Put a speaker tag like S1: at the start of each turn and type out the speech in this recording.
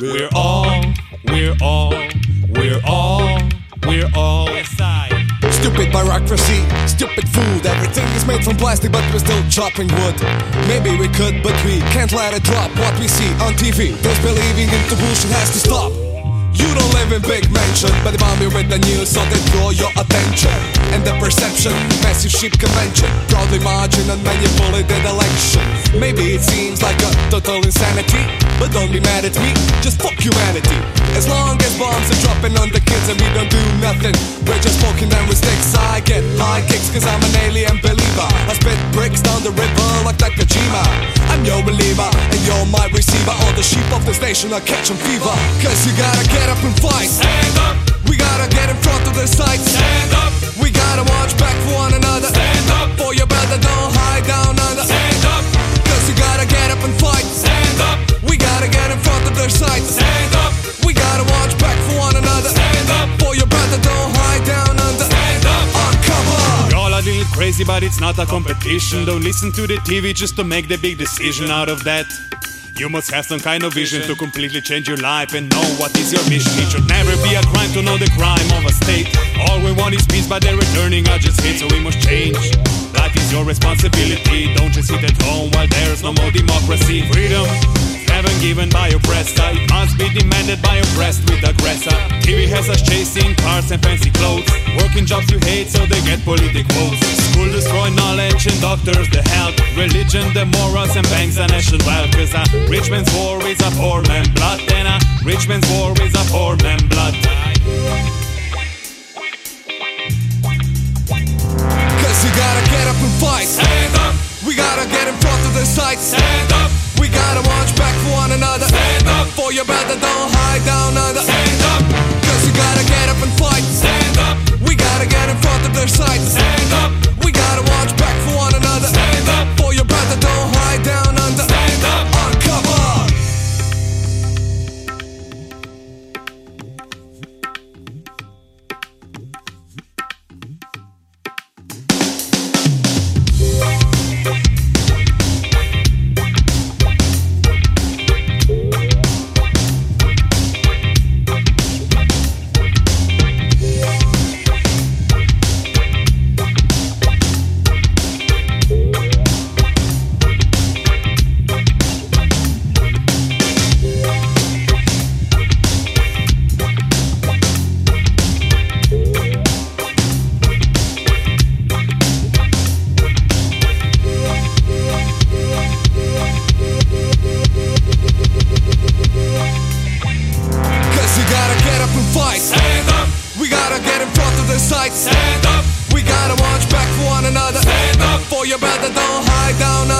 S1: We're all, we're all, we're all, we're all SI.
S2: Stupid bureaucracy, stupid food. Everything is made from plastic, but we're still chopping wood. Maybe we could, but we can't let it drop. What we see on TV, this believing in the bullshit has to stop. You don't live in big mansion, but they bomb you with the news, so they draw your attention. And the perception, massive sheep convention, broadly margin and manipulated election. Maybe it seems like a total insanity, but don't be mad at me, just fuck humanity. As long as bombs are dropping on the kids and we don't do nothing, we're just walking down with sticks. I get high kicks cause I'm an alien believer. I spit bricks down the river like Nakajima. I'm your believer and you're my receiver. All the sheep of this nation are catching fever. Cause you gotta get up and fight.
S1: Stand up,
S2: We gotta get in front of the sights.
S1: stand up,
S2: We gotta watch back for one another.
S1: Stand up.
S2: for your brother, don't hide down under.
S1: stand up,
S2: Cause you gotta get up and fight.
S1: stand up,
S2: We gotta get in front of their sights.
S1: stand up,
S2: We gotta watch back for one another.
S1: Stand up.
S2: for your brother, don't hide down under.
S1: stand up.
S2: On cover.
S1: We all are a little crazy, but it's not a competition. Don't listen to the TV just to make the big decision out of that. You must have some kind of vision to completely change your life and know what is your mission. It should never be a crime to know the crime of a state. All we want is peace, but they're returning are just hate, so we must change. Life is your responsibility. Don't just sit at home while there's no more democracy. Freedom never given by oppressor. It must be demanded by oppressed with aggressor. TV has us chasing cars and fancy clothes. Working jobs you hate so they get political votes. School destroy knowledge and doctors the health. Religion, the morals and banks and national wealth. Cause a rich man's war is a poor man blood. And a rich man's war is a poor man blood.
S2: Cause you gotta get up and fight.
S1: Stand up,
S2: We gotta get in front of the sights.
S1: stand up,
S2: We gotta watch back for one another.
S1: Stand up.
S2: For your brother, don't hide down under.
S1: stand up,
S2: Cause you gotta get up and fight.
S1: stand up,
S2: We gotta get in front of their sights.
S1: stand up,
S2: We gotta watch back for one another.
S1: stand up,
S2: For your brother, don't hide down under.
S1: stand up.
S2: On cover. Cause you gotta get up and fight.
S1: Stand up,
S2: We gotta get in front of the sights.
S1: stand up,
S2: We gotta watch back for one another.
S1: stand up,
S2: For your brother, don't hide down